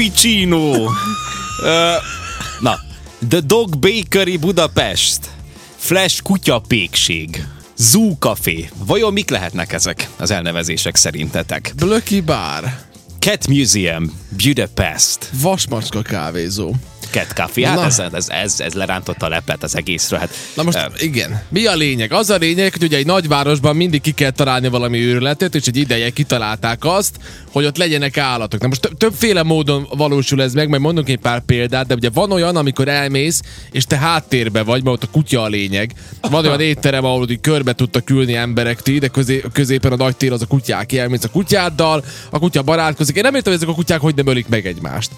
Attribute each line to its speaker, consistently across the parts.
Speaker 1: Pupicino. uh, na, The Dog Bakery Budapest. Flash kutyapékség. Zoo Café. Vajon mik lehetnek ezek az elnevezések szerintetek?
Speaker 2: Blöki bár.
Speaker 1: Cat Museum, Budapest,
Speaker 2: Vasmacska kávézó.
Speaker 1: Cat Café. Hát
Speaker 2: Na.
Speaker 1: ez, ez, ez, ez lerántotta a leplet az egészről. Hát,
Speaker 2: Na most
Speaker 1: eh,
Speaker 2: igen. Mi a lényeg? Az a lényeg, hogy ugye egy nagyvárosban mindig ki kell találni valami őrületet, és egy ideje kitalálták azt, hogy ott legyenek állatok. Na most több- többféle módon valósul ez meg, majd mondunk egy pár példát, de ugye van olyan, amikor elmész, és te háttérbe vagy, mert ott a kutya a lényeg. Van olyan étterem, ahol hogy körbe tudta küldni emberek ti, de közé, középen a nagy tér az a kutyák, elmész a kutyáddal, a kutya barátkozik. Én nem értem, hogy ezek a kutyák hogy nem ölik meg egymást.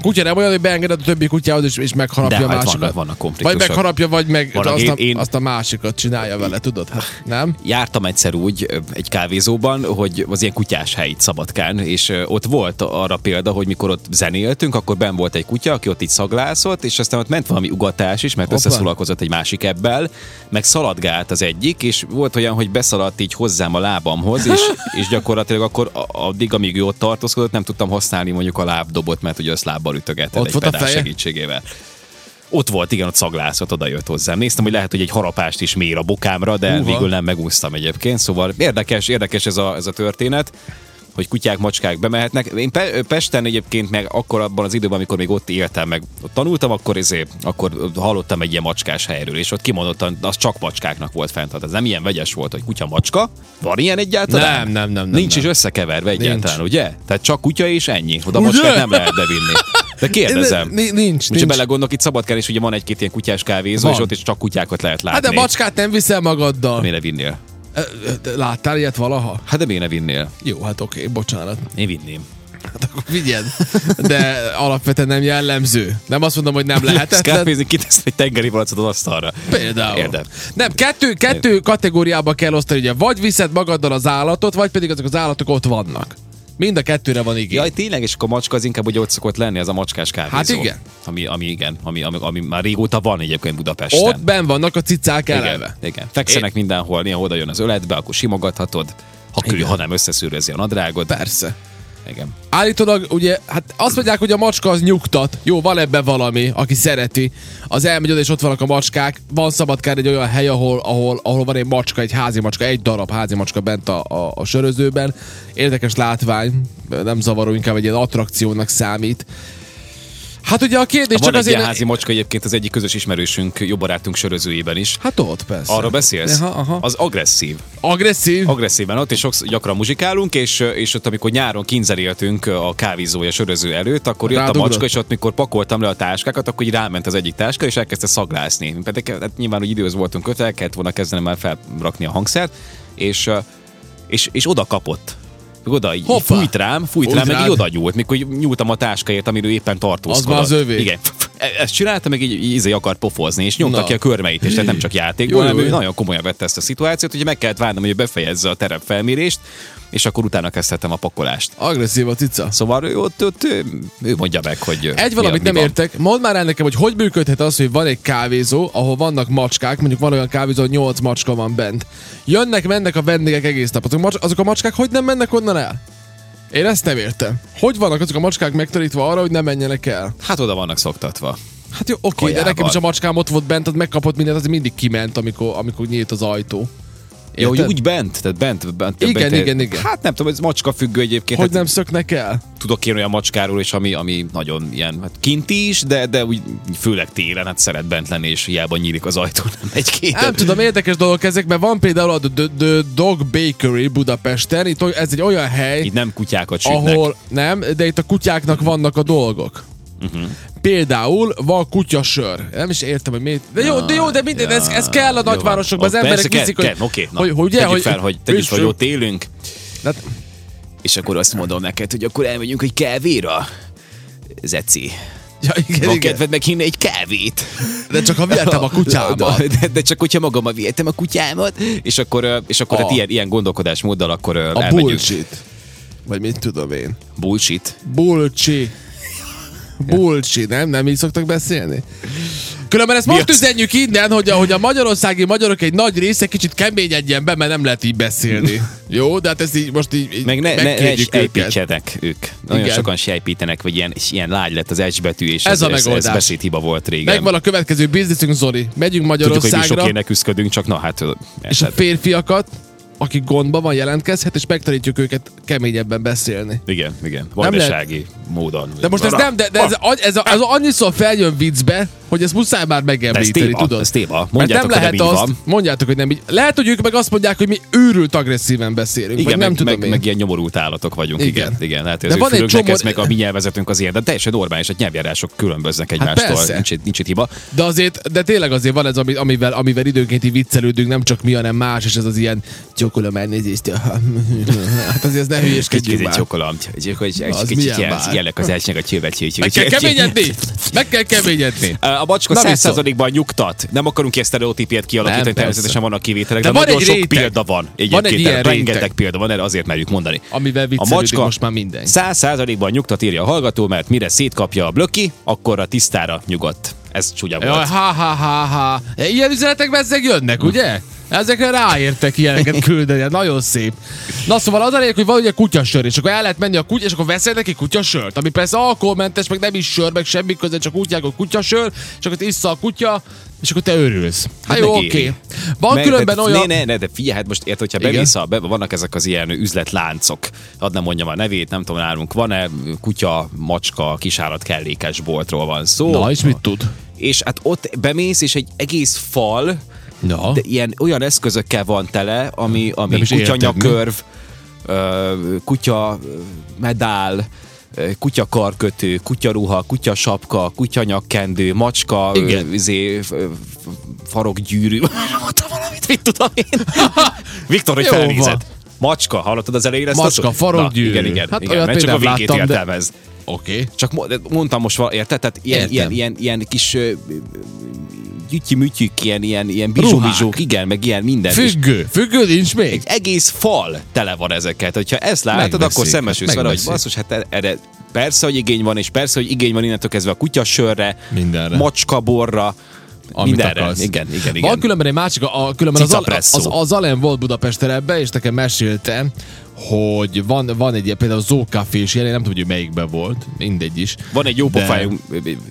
Speaker 2: A kutya nem olyan, hogy beengeded a többi kutyához, és, és megharapja
Speaker 1: De
Speaker 2: a
Speaker 1: hát
Speaker 2: másikat.
Speaker 1: vannak- vannak konfliktusok.
Speaker 2: Vagy megharapja, vagy meg
Speaker 1: Van,
Speaker 2: azt,
Speaker 1: aki
Speaker 2: a,
Speaker 1: én-
Speaker 2: azt a másikat csinálja vele, tudod? Hát, nem?
Speaker 1: jártam egyszer úgy ö, egy kávézóban, hogy az ilyen kutyás hely itt Szabadkán, és ö, ott volt arra példa, hogy mikor ott zenéltünk, akkor ben volt egy kutya, aki ott így szaglászott, és aztán ott ment valami ugatás is, mert
Speaker 2: Hoppá.
Speaker 1: összeszólalkozott egy másik ebbel, meg szaladgált az egyik, és volt olyan, hogy beszaladt így hozzám a lábamhoz, és, és gyakorlatilag akkor a- addig, amíg ő ott tartózkodott, nem tudtam használni mondjuk a lábdobot, mert ugye azt lábbal ütögetett
Speaker 2: Ott
Speaker 1: egy
Speaker 2: volt a
Speaker 1: pedál
Speaker 2: feje?
Speaker 1: segítségével. Ott volt, igen, ott szaglászott, oda jött hozzám. Néztem, hogy lehet, hogy egy harapást is mér a bokámra, de
Speaker 2: Húha.
Speaker 1: végül nem megúsztam egyébként. Szóval érdekes, érdekes ez a, ez a történet hogy kutyák, macskák bemehetnek. Én Pe- Pesten egyébként meg akkor abban az időben, amikor még ott éltem, meg ott tanultam, akkor, izé, akkor hallottam egy ilyen macskás helyről, és ott kimondottan az csak macskáknak volt fent. Tehát ez nem ilyen vegyes volt, hogy kutya-macska. Van ilyen egyáltalán?
Speaker 2: Nem, nem, nem, nem,
Speaker 1: Nincs
Speaker 2: nem.
Speaker 1: is összekeverve egyáltalán, ugye? Tehát csak kutya és ennyi. Oda
Speaker 2: Ugye?
Speaker 1: macskát nem lehet bevinni. De kérdezem.
Speaker 2: Ni- ni- nincs,
Speaker 1: Most
Speaker 2: nincs.
Speaker 1: belegondolok, Hát itt Szabadkán is ugye van egy-két ilyen kutyás kávézó,
Speaker 2: Van.
Speaker 1: és ott is csak kutyákat lehet látni.
Speaker 2: Hát de macskát nem viszel magaddal.
Speaker 1: Mire vinnél?
Speaker 2: Ö, ö, te Láttál ilyet valaha?
Speaker 1: Hát de miért ne vinnél?
Speaker 2: Jó, hát oké, bocsánat.
Speaker 1: Én vinném.
Speaker 2: Hát akkor vigyed. De alapvetően nem jellemző. Nem azt mondom, hogy nem lehetetlen.
Speaker 1: Szkápézni, kitesz egy tengeri palacot az asztalra.
Speaker 2: Például.
Speaker 1: Érdem.
Speaker 2: Nem, kettő, kettő kategóriába kell osztani, ugye, vagy viszed magaddal az állatot, vagy pedig azok az állatok ott vannak. Mind a kettőre van igény.
Speaker 1: Jaj, tényleg, és akkor a macska az inkább ugye ott szokott lenni, az a macskás kávézó.
Speaker 2: Hát igen.
Speaker 1: Ami, ami igen, ami, ami, ami már régóta van egyébként Budapesten.
Speaker 2: ott ben vannak a cicák
Speaker 1: igen,
Speaker 2: eleve.
Speaker 1: igen. Fekszenek mindenhol, néha oda jön az öletbe, akkor simogathatod, ha, kül, ha nem összeszűrözi a nadrágod.
Speaker 2: Persze.
Speaker 1: Igen.
Speaker 2: Állítólag ugye, hát azt mondják, hogy a macska az nyugtat. Jó, van ebben valami, aki szereti. Az elmegy oda, és ott vannak a macskák. Van Szabadkán egy olyan hely, ahol, ahol, ahol van egy macska, egy házi macska, egy darab házi macska bent a, a, a sörözőben. Érdekes látvány, nem zavaró, inkább egy ilyen attrakciónak számít. Hát ugye a kérdés
Speaker 1: És
Speaker 2: csak
Speaker 1: van egy
Speaker 2: azért...
Speaker 1: ilyen házi macska egyébként az egyik közös ismerősünk, jó barátunk sörözőjében is.
Speaker 2: Hát ott persze.
Speaker 1: Arra beszélsz?
Speaker 2: Aha, aha.
Speaker 1: Az agresszív.
Speaker 2: Agresszív.
Speaker 1: agresszíven ott, és sokszor, gyakran muzsikálunk, és, és ott, amikor nyáron kínzeléltünk a kávézója söröző előtt, akkor jött
Speaker 2: Rádugrott.
Speaker 1: a macska, és ott, mikor pakoltam le a táskákat, akkor így ráment az egyik táska, és elkezdte szaglászni. Pedig hát nyilván, hogy időz voltunk kötve, el kellett volna kezdenem már felrakni a hangszert, és, eh, és, és oda kapott. Oda, így
Speaker 2: Hoppá!
Speaker 1: Hoppá. fújt rám, fújt
Speaker 2: Fújt
Speaker 1: rám, meg
Speaker 2: rád?
Speaker 1: így oda nyúlt, mikor így nyúltam a táskáért, amiről éppen tartózkodott.
Speaker 2: Az már az övé.
Speaker 1: Igen. E- Ezt csinálta, meg így, így izé akart pofozni, és nyomta
Speaker 2: Na.
Speaker 1: ki a körmeit, és tehát nem csak játék,
Speaker 2: Jó,
Speaker 1: hanem
Speaker 2: jó,
Speaker 1: ő
Speaker 2: jó.
Speaker 1: nagyon komolyan vette ezt a szituációt, hogy meg kellett várnom, hogy befejezze a terepfelmérést, és akkor utána kezdhetem a pakolást.
Speaker 2: Agresszív a cica.
Speaker 1: Szóval ő ott, ott ő, ő mondja meg, hogy ö,
Speaker 2: Egy
Speaker 1: mi
Speaker 2: valamit
Speaker 1: a- mi
Speaker 2: nem
Speaker 1: van.
Speaker 2: értek. Mondd már el nekem, hogy hogy működhet az, hogy van egy kávézó, ahol vannak macskák, mondjuk van olyan kávézó, ahol 8 macska van bent. Jönnek, mennek a vendégek egész nap. Azok, a macs- azok a macskák hogy nem mennek onnan el? Én ezt nem értem. Hogy vannak azok a macskák megtanítva arra, hogy ne menjenek el?
Speaker 1: Hát oda vannak szoktatva.
Speaker 2: Hát jó, oké, de
Speaker 1: Kajával.
Speaker 2: nekem is a macskám ott volt bent, az megkapott mindent, az mindig kiment, amikor, amikor nyílt az ajtó.
Speaker 1: Jó, hogy
Speaker 2: Érted?
Speaker 1: úgy bent, tehát bent, bent.
Speaker 2: Igen,
Speaker 1: bent,
Speaker 2: igen, igen.
Speaker 1: Hát nem tudom, ez macska függő egyébként.
Speaker 2: Hogy
Speaker 1: hát
Speaker 2: nem szöknek el?
Speaker 1: Tudok én olyan macskáról is, ami, ami nagyon ilyen, hát kinti is, de, de úgy főleg télen, hát szeret bent lenni, és hiába nyílik az ajtó, nem egy két.
Speaker 2: Nem tudom, érdekes dolgok ezek, mert van például a The, The Dog Bakery Budapesten, itt oly- ez egy olyan hely,
Speaker 1: Itt nem kutyákat sütnek.
Speaker 2: ahol nem, de itt a kutyáknak vannak a dolgok.
Speaker 1: Mhm.
Speaker 2: Például van kutyasör. Nem is értem, hogy miért. De jó, de, jó, de minden,
Speaker 1: Ja,
Speaker 2: ez, ez kell a
Speaker 1: jó van.
Speaker 2: nagyvárosokban. Az
Speaker 1: Ó,
Speaker 2: emberek
Speaker 1: persze,
Speaker 2: hiszik,
Speaker 1: kell,
Speaker 2: hogy,
Speaker 1: kell, oké, na,
Speaker 2: hogy, hogy, ugye,
Speaker 1: tegyük
Speaker 2: hogy,
Speaker 1: fel, hogy tegyük fel, hogy ott élünk,
Speaker 2: Hát,
Speaker 1: és akkor azt mondom neked, hogy akkor elmegyünk egy kávéra. Zeci,
Speaker 2: ja, igen,
Speaker 1: van
Speaker 2: igen.
Speaker 1: kedved meghinni egy kávét?
Speaker 2: De csak ha vihetem a kutyámat.
Speaker 1: De, de, csak hogyha magammal vihetem a kutyámat, és akkor, ö, és akkor
Speaker 2: A.
Speaker 1: tehát ilyen, ilyen gondolkodásmóddal akkor ö,
Speaker 2: A
Speaker 1: elmegyünk.
Speaker 2: bullshit. Vagy mit tudom én.
Speaker 1: Bullshit.
Speaker 2: Bulcsi. Bulcsi, nem? Nem így szoktak beszélni? Különben ezt
Speaker 1: Mi
Speaker 2: most
Speaker 1: az?
Speaker 2: üzenjük innen, hogy a, hogy a magyarországi magyarok egy nagy része kicsit keményedjen be, mert nem lehet így beszélni. Jó, de hát ezt így most így, így
Speaker 1: Meg ne, ne, ne
Speaker 2: megkérjük őket.
Speaker 1: sejpítsenek ők. Nagyon
Speaker 2: Igen.
Speaker 1: Igen. sokan sejpítenek, vagy ilyen, és ilyen lágy lett az egy betű, és
Speaker 2: Ez
Speaker 1: ez,
Speaker 2: a
Speaker 1: ez, ez,
Speaker 2: megoldás.
Speaker 1: beszédhiba volt régen.
Speaker 2: Megvan a következő bizniszünk, Zoli.
Speaker 1: Tudjuk, hogy
Speaker 2: Megyünk
Speaker 1: mi sok
Speaker 2: Magyarországra,
Speaker 1: ilyenek küzdködünk, csak na hát...
Speaker 2: és a férfiakat, akik gondban van, jelentkezhet, és megtanítjuk őket keményebben beszélni.
Speaker 1: Igen, igen. Vajdasági módon.
Speaker 2: De most ez nem, de, de ez, a- ez, a- ez annyiszor feljön viccbe, hogy ezt muszáj már
Speaker 1: De ez
Speaker 2: megemlíteni,
Speaker 1: téma,
Speaker 2: tudod?
Speaker 1: ez téma.
Speaker 2: Mert nem
Speaker 1: Mondjátok, hogy nem
Speaker 2: lehet
Speaker 1: így
Speaker 2: azt,
Speaker 1: van.
Speaker 2: mondjátok, hogy nem így. Lehet, hogy ők meg azt mondják, hogy mi őrült agresszíven beszélünk, igen,
Speaker 1: Igen,
Speaker 2: vagy nem
Speaker 1: meg,
Speaker 2: tudom
Speaker 1: meg,
Speaker 2: én.
Speaker 1: meg, ilyen nyomorult állatok vagyunk.
Speaker 2: Igen.
Speaker 1: Igen, igen. igen. Hát
Speaker 2: De
Speaker 1: ez
Speaker 2: van egy
Speaker 1: van
Speaker 2: csomó-
Speaker 1: ez meg a mi nyelvezetünk az ilyen, de teljesen normális, a nyelvjárások különböznek egymástól.
Speaker 2: Hát persze.
Speaker 1: nincs, itt- nincs itt hiba.
Speaker 2: De azért, de tényleg azért van ez, ami- amivel, amivel időnként így viccelődünk, nem csak mi, hanem más, és ez az ilyen gyakorlom elnézést. Hát azért ez ne hülyéskedjünk
Speaker 1: Kicsit
Speaker 2: már.
Speaker 1: csokolom.
Speaker 2: Az
Speaker 1: Kicsit
Speaker 2: milyen
Speaker 1: ilyen
Speaker 2: már?
Speaker 1: jelek az elsnek a csőbecső.
Speaker 2: Meg kell keményedni! Meg kell keményedni!
Speaker 1: A bocska
Speaker 2: Na,
Speaker 1: 100%-ban nyugtat. Nem akarunk ilyen sztereotípiát kialakítani,
Speaker 2: Nem, persze.
Speaker 1: természetesen vannak kivételek, de,
Speaker 2: De van
Speaker 1: nagyon
Speaker 2: egy
Speaker 1: sok
Speaker 2: réteg.
Speaker 1: példa van.
Speaker 2: egy
Speaker 1: Egyébként
Speaker 2: ilyen
Speaker 1: erre rengeteg
Speaker 2: réteg.
Speaker 1: példa van, erre azért merjük mondani.
Speaker 2: Amivel viccelődik
Speaker 1: macska
Speaker 2: most már mindenki.
Speaker 1: 100%-ban nyugtat írja a hallgató, mert mire szétkapja a blöki, akkor a tisztára nyugodt. Ez csúnya
Speaker 2: Jaj,
Speaker 1: volt.
Speaker 2: ha, ha, ha, ha. Ilyen üzenetek bezzeg jönnek,
Speaker 1: Hm.
Speaker 2: ugye? Ezekre ráértek ilyeneket küldeni, hát nagyon szép. Na szóval az a lényeg, hogy van ugye kutyasör, és akkor el lehet menni a kutya, és akkor veszel neki kutyasört, ami persze alkoholmentes, meg nem is sör, meg semmi köze, csak úgy hogy kutyasör, és akkor izza a kutya, és akkor te örülsz. Hát
Speaker 1: Hát
Speaker 2: jó, oké.
Speaker 1: megéri.
Speaker 2: Van
Speaker 1: Meg-
Speaker 2: különben
Speaker 1: de,
Speaker 2: olyan...
Speaker 1: Ne, ne, ne, de figyelj, hát most érted, hogyha
Speaker 2: Igen.
Speaker 1: bemész, a, be, vannak ezek az ilyen üzletláncok, hadd nem mondjam a nevét, nem tudom, nálunk van-e, kutya, macska, kisállat kellékes boltról van szó.
Speaker 2: Na, és mit tud?
Speaker 1: és hát ott bemész, és egy egész fal,
Speaker 2: Na.
Speaker 1: de ilyen olyan eszközökkel van tele, ami, ami
Speaker 2: Nem is érted,
Speaker 1: kutyanyakörv, ö, kutya ö, medál, ö, kutyakarkötő, kutyaruha, kutyasapka, kutyanyakkendő, macska,
Speaker 2: Igen.
Speaker 1: ö, izé, f- f- farokgyűrű. Mondta valamit, mit tudom én. Viktor, hogy
Speaker 2: Jó van.
Speaker 1: felnézett. Macska, hallottad az elejére? ezt a
Speaker 2: Macska,
Speaker 1: szót?
Speaker 2: farokgyűrű.
Speaker 1: Na, Igen, igen.
Speaker 2: Hát
Speaker 1: igen.
Speaker 2: olyat
Speaker 1: mert
Speaker 2: én
Speaker 1: csak a
Speaker 2: nem
Speaker 1: végét
Speaker 2: láttam, de-
Speaker 1: értelmezd.
Speaker 2: Oké.
Speaker 1: Csak mo- de mondtam most, val- érted? Tehát ilyen,
Speaker 2: Értem.
Speaker 1: ilyen, ilyen, ilyen kis ö, ö, ö, gyütyi-mütyük, ilyen, ilyen, ilyen
Speaker 2: Ruhák.
Speaker 1: bizsó-bizsók, igen, meg ilyen minden. És
Speaker 2: Függő. Függő nincs még?
Speaker 1: egy egész fal tele van ezeket. Hogyha ezt látod,
Speaker 2: Megveszik,
Speaker 1: akkor szembesülsz
Speaker 2: hát
Speaker 1: vele, hogy
Speaker 2: megveszik.
Speaker 1: basszus, hát erre persze, hogy igény van, és persze, hogy igény van innentől kezdve a kutyasörre,
Speaker 2: Mindenre.
Speaker 1: macskaborra,
Speaker 2: amit
Speaker 1: mindenre.
Speaker 2: akarsz.
Speaker 1: Igen, igen, igen.
Speaker 2: Van különben egy másik, a, különben az, az,
Speaker 1: Cicapresso.
Speaker 2: az, az Alen volt Budapesten ebbe, és nekem mesélte, hogy van, van egy ilyen, például Zókafé is ilyen, én nem tudom, hogy ő melyikben volt, mindegy is.
Speaker 1: Van egy jó
Speaker 2: De-
Speaker 1: pofájú,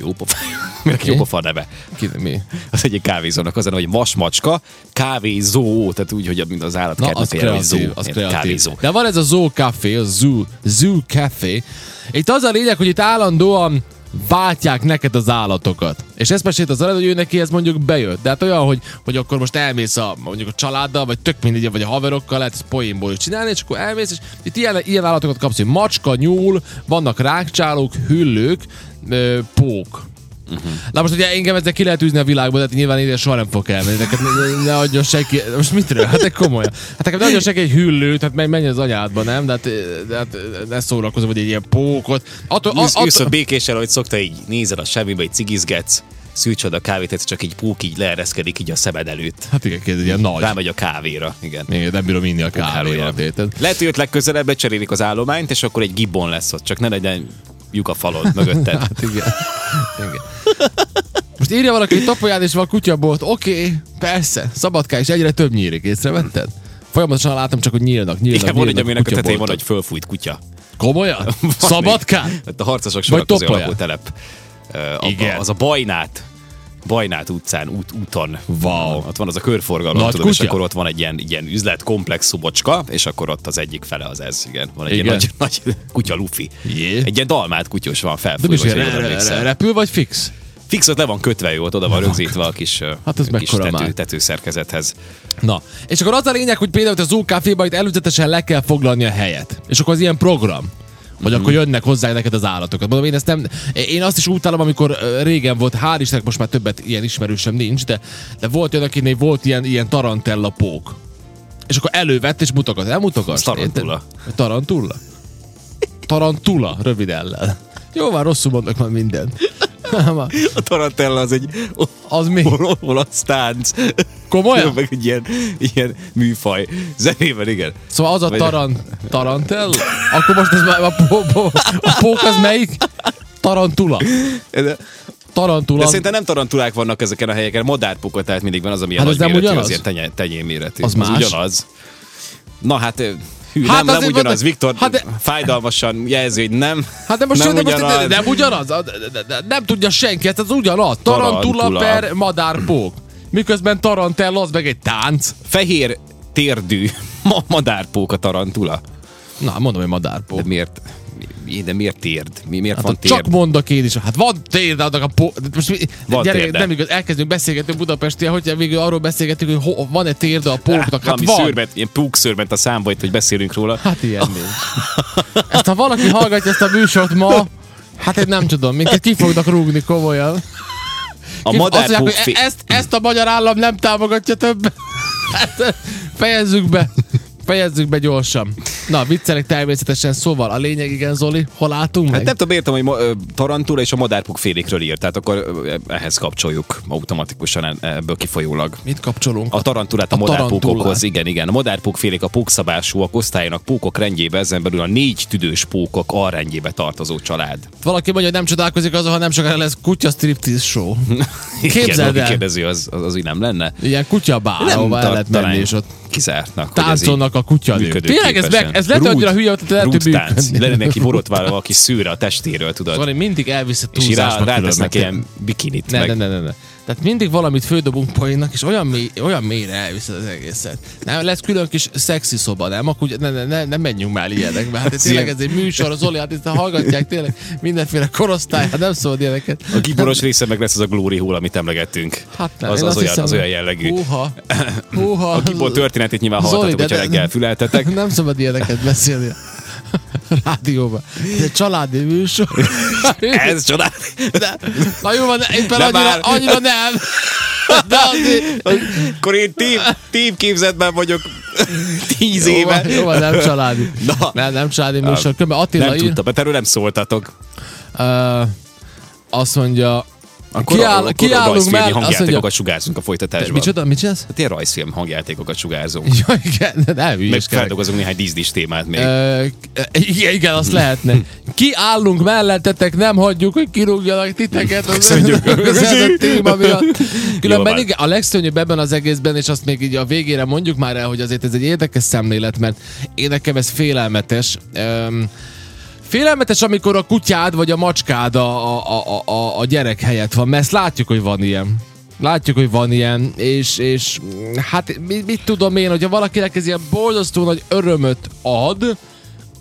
Speaker 1: jó pofájú, minek jó
Speaker 2: Mi?
Speaker 1: pofa neve?
Speaker 2: Ki, mi?
Speaker 1: Az egyik kávézónak az a neve, hogy masmacska, kávézó, tehát úgy, hogy mint az
Speaker 2: Na,
Speaker 1: állatkertnek
Speaker 2: az
Speaker 1: például, hogy
Speaker 2: kreatív,
Speaker 1: zoo,
Speaker 2: az
Speaker 1: ilyen
Speaker 2: kreatív.
Speaker 1: kávézó.
Speaker 2: De van ez a Zoo Café, a Zoo, Zoo Café. Itt az a lényeg, hogy itt állandóan váltják neked az állatokat. És ezt mesélt az előbb, hogy ő neki ez mondjuk bejött. De hát olyan, hogy, hogy akkor most elmész a, mondjuk a családdal, vagy tök mindegy, vagy a haverokkal, lehet ezt poénból is csinálni, és akkor elmész, és itt ilyen, ilyen állatokat kapsz, hogy macska, nyúl, vannak rákcsálók, hüllők, ö, pók. Na most ugye engem ezzel ki lehet űzni a világból, de hát nyilván ide soha nem fog elmenni. Neked ne, ne adjon senki. Most mitről? Hát de komolyan. Hát nekem ne adjon senki egy hüllőt, hát menj, menj az anyádba, nem? De hát, de hát ne szórakozom, hogy egy ilyen pókot. Attól, a,
Speaker 1: Ülsz, ülsz a békésen, hogy szokta így nézel a semmibe, így cigizgetsz, szűcsöd a kávét, ez csak így púk, így leereszkedik így a szemed előtt.
Speaker 2: hát igen, kérdez, ilyen nagy.
Speaker 1: Rámegy a kávéra, igen.
Speaker 2: Még nem bírom inni a
Speaker 1: Kávéra.
Speaker 2: kávéját, érted?
Speaker 1: Lehet, hogy ott legközelebb becserélik az állományt, és akkor egy gibbon lesz ott, csak ne legyen lyuk a falon mögötted.
Speaker 2: Hát igen. igen. Most írja valaki, hogy tapolyán is van kutyabolt. Oké, okay, persze. Szabadká is egyre több nyílik, észrevetted? Folyamatosan látom csak, hogy nyílnak, nyílnak,
Speaker 1: Igen, van egy,
Speaker 2: nyílnak
Speaker 1: aminek a tetején van,
Speaker 2: kutyaboltok.
Speaker 1: hogy fölfújt kutya.
Speaker 2: Komolyan?
Speaker 1: Van
Speaker 2: Szabadkán?
Speaker 1: még. Hát a harcosok sorakozó
Speaker 2: Topolyán.
Speaker 1: lakótelep. Ö, abba-
Speaker 2: Igen.
Speaker 1: Az a Bajnát. Bajnát utcán, út, úton.
Speaker 2: Wow.
Speaker 1: Ott van az a körforgalom,
Speaker 2: Nagy
Speaker 1: tudod, és
Speaker 2: kutya?
Speaker 1: akkor ott van egy ilyen, ilyen üzletkomplexumocska, és akkor ott az egyik fele az ez, igen. Van egy
Speaker 2: Igen.
Speaker 1: igen. ilyen nagy, nagy kutya lufi.
Speaker 2: Jé.
Speaker 1: Egy ilyen dalmát kutyus van
Speaker 2: De mi is
Speaker 1: felfújva,
Speaker 2: ilyen,
Speaker 1: és
Speaker 2: re- re- re-
Speaker 1: emlékszem.
Speaker 2: repül vagy fix?
Speaker 1: Fix ott le van kötve, jó, ott oda van rögzítve a kis, ö,
Speaker 2: Hát ez
Speaker 1: kis
Speaker 2: mekkora már.
Speaker 1: tető, tetőszerkezethez.
Speaker 2: Na, és akkor az a lényeg, hogy például az OKF-ba itt előzetesen le kell foglalni a helyet. És akkor az ilyen program. Vagy akkor
Speaker 1: Mhm.
Speaker 2: jönnek hozzá neked az állatokat. Mondom, én ezt nem, én azt is utálom, amikor ö, régen volt, hál' Istennek most már többet ilyen ismerősöm nincs, de, de volt olyan, akinél volt ilyen, ilyen tarantella pók. És akkor elővett és mutogat. Nem mutogat?
Speaker 1: tarantula.
Speaker 2: Tarantula? Tarantula, rövid ellen. Jó, már rosszul mondok már mindent.
Speaker 1: A tarantella az egy
Speaker 2: Az mi?
Speaker 1: olasz tánc.
Speaker 2: Komolyan?
Speaker 1: Meg egy ilyen, ilyen műfaj. Zenében, igen.
Speaker 2: Szóval az a
Speaker 1: Vagy-
Speaker 2: taran, tarantell? Akkor most ez már a, pó, pó, a pók az melyik? Tarantula.
Speaker 1: Ez a-
Speaker 2: tarantula...
Speaker 1: De szerintem nem tarantulák vannak ezeken a helyeken, madárpuka, tehát mindig van az, ami a
Speaker 2: Hát
Speaker 1: nagy
Speaker 2: az nem
Speaker 1: méretű,
Speaker 2: ugyanaz?
Speaker 1: az ilyen tenye, tenyé méretű.
Speaker 2: Az más?
Speaker 1: ugyanaz. Na hát, hű, hát
Speaker 2: Hát
Speaker 1: nem, nem
Speaker 2: azért
Speaker 1: ugyanaz.
Speaker 2: van-
Speaker 1: Viktor
Speaker 2: hát
Speaker 1: hát
Speaker 2: de-
Speaker 1: de... fájdalmasan jelzi, hogy nem.
Speaker 2: Hát de most,
Speaker 1: nem
Speaker 2: nem, de most
Speaker 1: ugyanaz.
Speaker 2: de, nem ugyanaz, A- de- de- de- nem tudja senki, hát ez ugyanaz. Tarantula,
Speaker 1: Tarantula.
Speaker 2: per madárpók. Miközben tarantella az meg egy tánc.
Speaker 1: Fehér térdű ma- madárpóka tarantula.
Speaker 2: Na, mondom, hogy
Speaker 1: De
Speaker 2: madárpók.
Speaker 1: miért? mi- De miért térd? Mi, miért Hát,
Speaker 2: Hát
Speaker 1: van
Speaker 2: ott
Speaker 1: térd?
Speaker 2: csak mondok én is. Hát van térd annak a pó... de Most mi...
Speaker 1: Van
Speaker 2: gyere,
Speaker 1: térde.
Speaker 2: nem igaz, elkezdünk beszélgetni Budapesti, hogyha végül arról beszélgetünk, hogy ho... van-e térde a póknak. Hát
Speaker 1: Valami
Speaker 2: van.
Speaker 1: szőrbent, ilyen púk szőrbent a számba itt, hogy beszélünk róla.
Speaker 2: Hát ilyen még. Ezt ha valaki hallgatja ezt a műsort ma, hát én nem tudom, minket ki fognak rúgni komolyan.
Speaker 1: A
Speaker 2: Ki- azt mondják,
Speaker 1: madárpók...
Speaker 2: hogy
Speaker 1: Fi-
Speaker 2: e- ezt, ezt a magyar állam nem támogatja több. Hát, Fejezzük be. Fejezzük be gyorsan. Na, viccelek természetesen, szóval a lényeg igen, Zoli, hol álltunk meg?
Speaker 1: Hát nem tudom, értem, hogy ma, ö, Tarantula és a madárpuk félékről írt, tehát akkor ö, ehhez kapcsoljuk automatikusan e- ebből kifolyólag.
Speaker 2: Mit kapcsolunk?
Speaker 1: A tarantulát a,
Speaker 2: A
Speaker 1: a
Speaker 2: tarantulát.
Speaker 1: madárpókokhoz, igen, igen. A madárpókfélék a pókszabásúak osztályának pókok rendjébe, ezen belül a négy tüdős pókok alrendjébe tartozó család.
Speaker 2: Valaki mondja, hogy nem csodálkozik azon, ha nem sokára lesz kutya striptease show.
Speaker 1: igen,
Speaker 2: Képzeld
Speaker 1: valaki
Speaker 2: el.
Speaker 1: kérdező, az, az, az így nem lenne?
Speaker 2: Ilyen kutyabál, ahova el
Speaker 1: tar-
Speaker 2: lehet menni,
Speaker 1: talán
Speaker 2: és ott
Speaker 1: kizártnak. hogy ez így
Speaker 2: táncolnak a kutyanők.
Speaker 1: működőképesen.
Speaker 2: Tényleg ez, meg, ez lehet
Speaker 1: Rúd-
Speaker 2: annyira hülye, hogy lehet,
Speaker 1: rúd
Speaker 2: hogy
Speaker 1: tánc.
Speaker 2: működni.
Speaker 1: Lenne neki borotválva valaki szőre a testéről, tudod?
Speaker 2: Zoli mindig elviszi
Speaker 1: És így rá,
Speaker 2: túlzásba
Speaker 1: rátesznek
Speaker 2: különben.
Speaker 1: ilyen bikinit.
Speaker 2: Ne,
Speaker 1: meg.
Speaker 2: ne, ne, ne, ne. Tehát mindig valamit földobunk poénnak, és olyan, mély, olyan mélyre elviszed az egészet. Nem, lesz külön kis szexi szoba, nem? Akkor ugye- ne, ne, ne, ne menjünk már ilyenekbe. Hát tényleg ez egy műsor, az Zoli, hát itt hallgatják tényleg mindenféle korosztály, hát nem szabad ilyeneket.
Speaker 1: A giboros része meg lesz az a glory hole, amit emlegettünk.
Speaker 2: Hát nem,
Speaker 1: az,
Speaker 2: én
Speaker 1: az,
Speaker 2: azt
Speaker 1: olyan,
Speaker 2: hiszem,
Speaker 1: az olyan jellegű.
Speaker 2: Húha, húha.
Speaker 1: A gibor történetét nyilván
Speaker 2: Zoli,
Speaker 1: hallhattatok,
Speaker 2: de-
Speaker 1: hogyha
Speaker 2: de-
Speaker 1: reggel füleltetek.
Speaker 2: Nem szabad ilyeneket beszélni a rádióban. Ez egy családi műsor.
Speaker 1: Ez csodál.
Speaker 2: De, na jó, van, éppen
Speaker 1: De
Speaker 2: annyira,
Speaker 1: már.
Speaker 2: annyira nem. De azért,
Speaker 1: Akkor én team, team képzetben vagyok tíz
Speaker 2: jó,
Speaker 1: éve.
Speaker 2: van, jó, van, nem családi.
Speaker 1: Na.
Speaker 2: Nem, nem családi műsor. Különben Attila
Speaker 1: Nem
Speaker 2: ír,
Speaker 1: tudtam, mert erről nem szóltatok.
Speaker 2: ö, azt mondja,
Speaker 1: Akkor
Speaker 2: kiáll-
Speaker 1: akkor
Speaker 2: kiállunk
Speaker 1: rajzfilmi
Speaker 2: mellett, azt mondja,
Speaker 1: hangjátékokat sugárzunk a folytatásban.
Speaker 2: micsoda, mit csinálsz?
Speaker 1: Hát ilyen rajzfilm hangjátékokat sugárzunk.
Speaker 2: Ja, igen, de nem
Speaker 1: Meg
Speaker 2: hülyeskedek.
Speaker 1: feldolgozunk néhány disney témát még.
Speaker 2: Ö, igen, igen, azt lehetne. Ki állunk mellettetek, nem hagyjuk, hogy kirúgjanak titeket. Az
Speaker 1: Köszönjük.
Speaker 2: az- ez a téma miatt.
Speaker 1: Jól
Speaker 2: Különben
Speaker 1: van.
Speaker 2: igen, a legszörnyűbb ebben az egészben, és azt még így a végére mondjuk már el, hogy azért ez egy érdekes szemlélet, mert én nekem ez félelmetes. Öm, Félelmetes, amikor a kutyád vagy a macskád a, a, a, a, a gyerek helyett van, mert ezt látjuk, hogy van ilyen. Látjuk, hogy van ilyen, és, és mm, hát mit, mit tudom én, hogyha valakinek ez ilyen borzasztó nagy örömöt ad,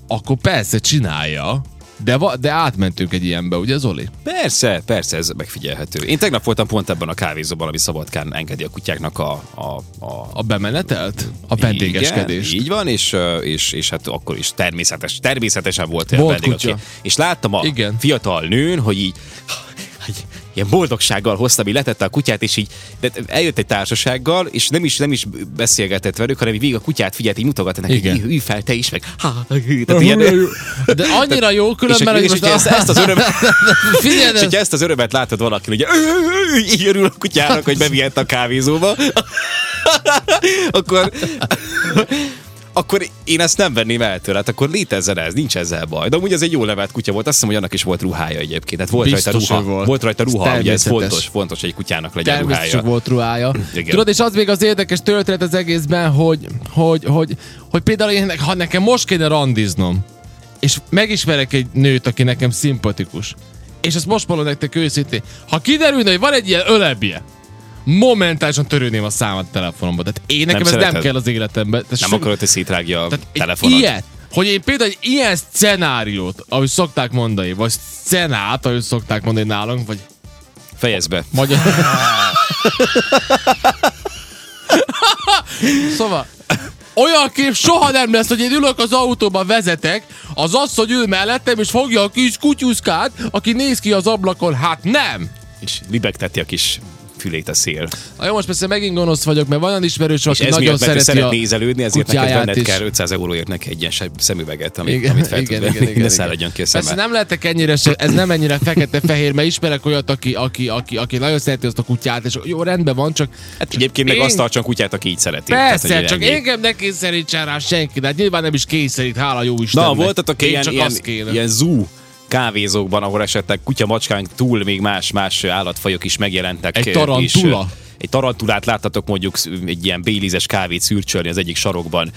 Speaker 2: akkor persze csinálja, de, va- de átmentünk egy ilyenbe, ugye Zoli?
Speaker 1: Persze, persze, ez megfigyelhető. Én tegnap voltam pont ebben a kávézóban, ami Szabadkán engedi a kutyáknak a, a, a
Speaker 2: A bemenetelt? A vendégeskedést.
Speaker 1: Igen, így van, és, ö, és, és hát akkor is természetes, természetesen volt ilyen
Speaker 2: Volt
Speaker 1: vendég,
Speaker 2: kutya.
Speaker 1: aki, és láttam a
Speaker 2: Igen.
Speaker 1: Igen. fiatal nőn, hogy így hogy ilyen boldogsággal hoztam, így letette a kutyát, és így de eljött egy társasággal, és nem is, nem is beszélgetett velük, hanem így végig a kutyát figyelt, így mutogatta neki,
Speaker 2: Igen.
Speaker 1: Igen. ülj fel, te is, meg ha, hű, tehát ilyen,
Speaker 2: De annyira jó
Speaker 1: és,
Speaker 2: különben,
Speaker 1: és,
Speaker 2: hogy
Speaker 1: és
Speaker 2: most
Speaker 1: hogyha ezt, ezt az örömet,
Speaker 2: Figyeld,
Speaker 1: és
Speaker 2: ez-
Speaker 1: hogyha ezt az örömet látod valakin, hogy így örül a kutyának, hogy bevihett a kávézóba, akkor, akkor én ezt nem venném el tőle, hát akkor létezzen ez, nincs ezzel baj. De amúgy ez egy jó levelt kutya volt, azt hiszem, hogy annak is volt ruhája egyébként. Tehát volt
Speaker 2: Biztos,
Speaker 1: rajta
Speaker 2: hogy
Speaker 1: ruha,
Speaker 2: volt.
Speaker 1: volt. volt rajta
Speaker 2: Ez
Speaker 1: ruha, ugye ez
Speaker 2: természetes.
Speaker 1: fontos, fontos, hogy egy kutyának legyen
Speaker 2: Természetesen
Speaker 1: ruhája.
Speaker 2: volt ruhája.
Speaker 1: Igen.
Speaker 2: Tudod, és az még az érdekes történet az egészben, hogy, hogy, hogy, hogy például én, ha nekem most kéne randiznom, és megismerek egy nőt, aki nekem szimpatikus, és ezt most mondom nektek őszintén, ha kiderülne, hogy van egy ilyen ölebje, momentálisan törődném a számat a telefonomba. Tehát én nekem ez nem
Speaker 1: szereted?
Speaker 2: kell az életemben. Tehát
Speaker 1: Nem
Speaker 2: sem-
Speaker 1: akarod, hogy szétrágja a
Speaker 2: egy
Speaker 1: telefonot.
Speaker 2: Ilyet, hogy én például egy ilyen szcenáriót, ahogy szokták mondani, vagy szenát, ahogy szokták mondani nálunk, vagy
Speaker 1: Fejezd be.
Speaker 2: Magyar. szóval, olyan kép soha nem lesz, hogy én ülök az autóban, vezetek, az asszony ül mellettem, és fogja a kis kutyuszkát, aki néz ki az ablakon. Hát nem!
Speaker 1: És libegteti a kis fülét a szél.
Speaker 2: Na jó, most persze megint gonosz vagyok, mert van olyan ismerős,
Speaker 1: És
Speaker 2: aki
Speaker 1: ez
Speaker 2: nagyon
Speaker 1: miatt, mert ő
Speaker 2: szereti
Speaker 1: szeret
Speaker 2: szeret a...
Speaker 1: nézelődni, ezért neked
Speaker 2: kutyáját
Speaker 1: venned
Speaker 2: is.
Speaker 1: kell 500 euróért neki egy ilyen se- szemüveget, amit,
Speaker 2: Igen,
Speaker 1: amit fel
Speaker 2: igen,
Speaker 1: tud
Speaker 2: igen,
Speaker 1: venni,
Speaker 2: igen,
Speaker 1: ne
Speaker 2: igen.
Speaker 1: száradjon ki a
Speaker 2: Persze
Speaker 1: szemmel.
Speaker 2: nem lehetek ennyire, se, ez nem ennyire fekete-fehér, mert ismerek olyat, aki, aki, aki, aki nagyon szereti azt a kutyát, és jó, rendben van, csak
Speaker 1: Hát egyébként meg
Speaker 2: Én-
Speaker 1: azt tartson kutyát, aki így szereti.
Speaker 2: Persze,
Speaker 1: Tehát, hogy
Speaker 2: csak
Speaker 1: ennyi.
Speaker 2: engem ne kényszerítsen rá senki, de hát nyilván nem is kényszerít, hála jó Istennek.
Speaker 1: Na, voltatok
Speaker 2: Én
Speaker 1: ilyen,
Speaker 2: csak
Speaker 1: ilyen,
Speaker 2: azt kéne.
Speaker 1: ilyen zoo kávézókban, ahol esetleg kutya macskán túl még más-más állatfajok is megjelentek.
Speaker 2: Egy
Speaker 1: és-
Speaker 2: tarantula?
Speaker 1: egy tarantulát láttatok mondjuk egy ilyen bélizes kávét szürcsölni az egyik sarokban.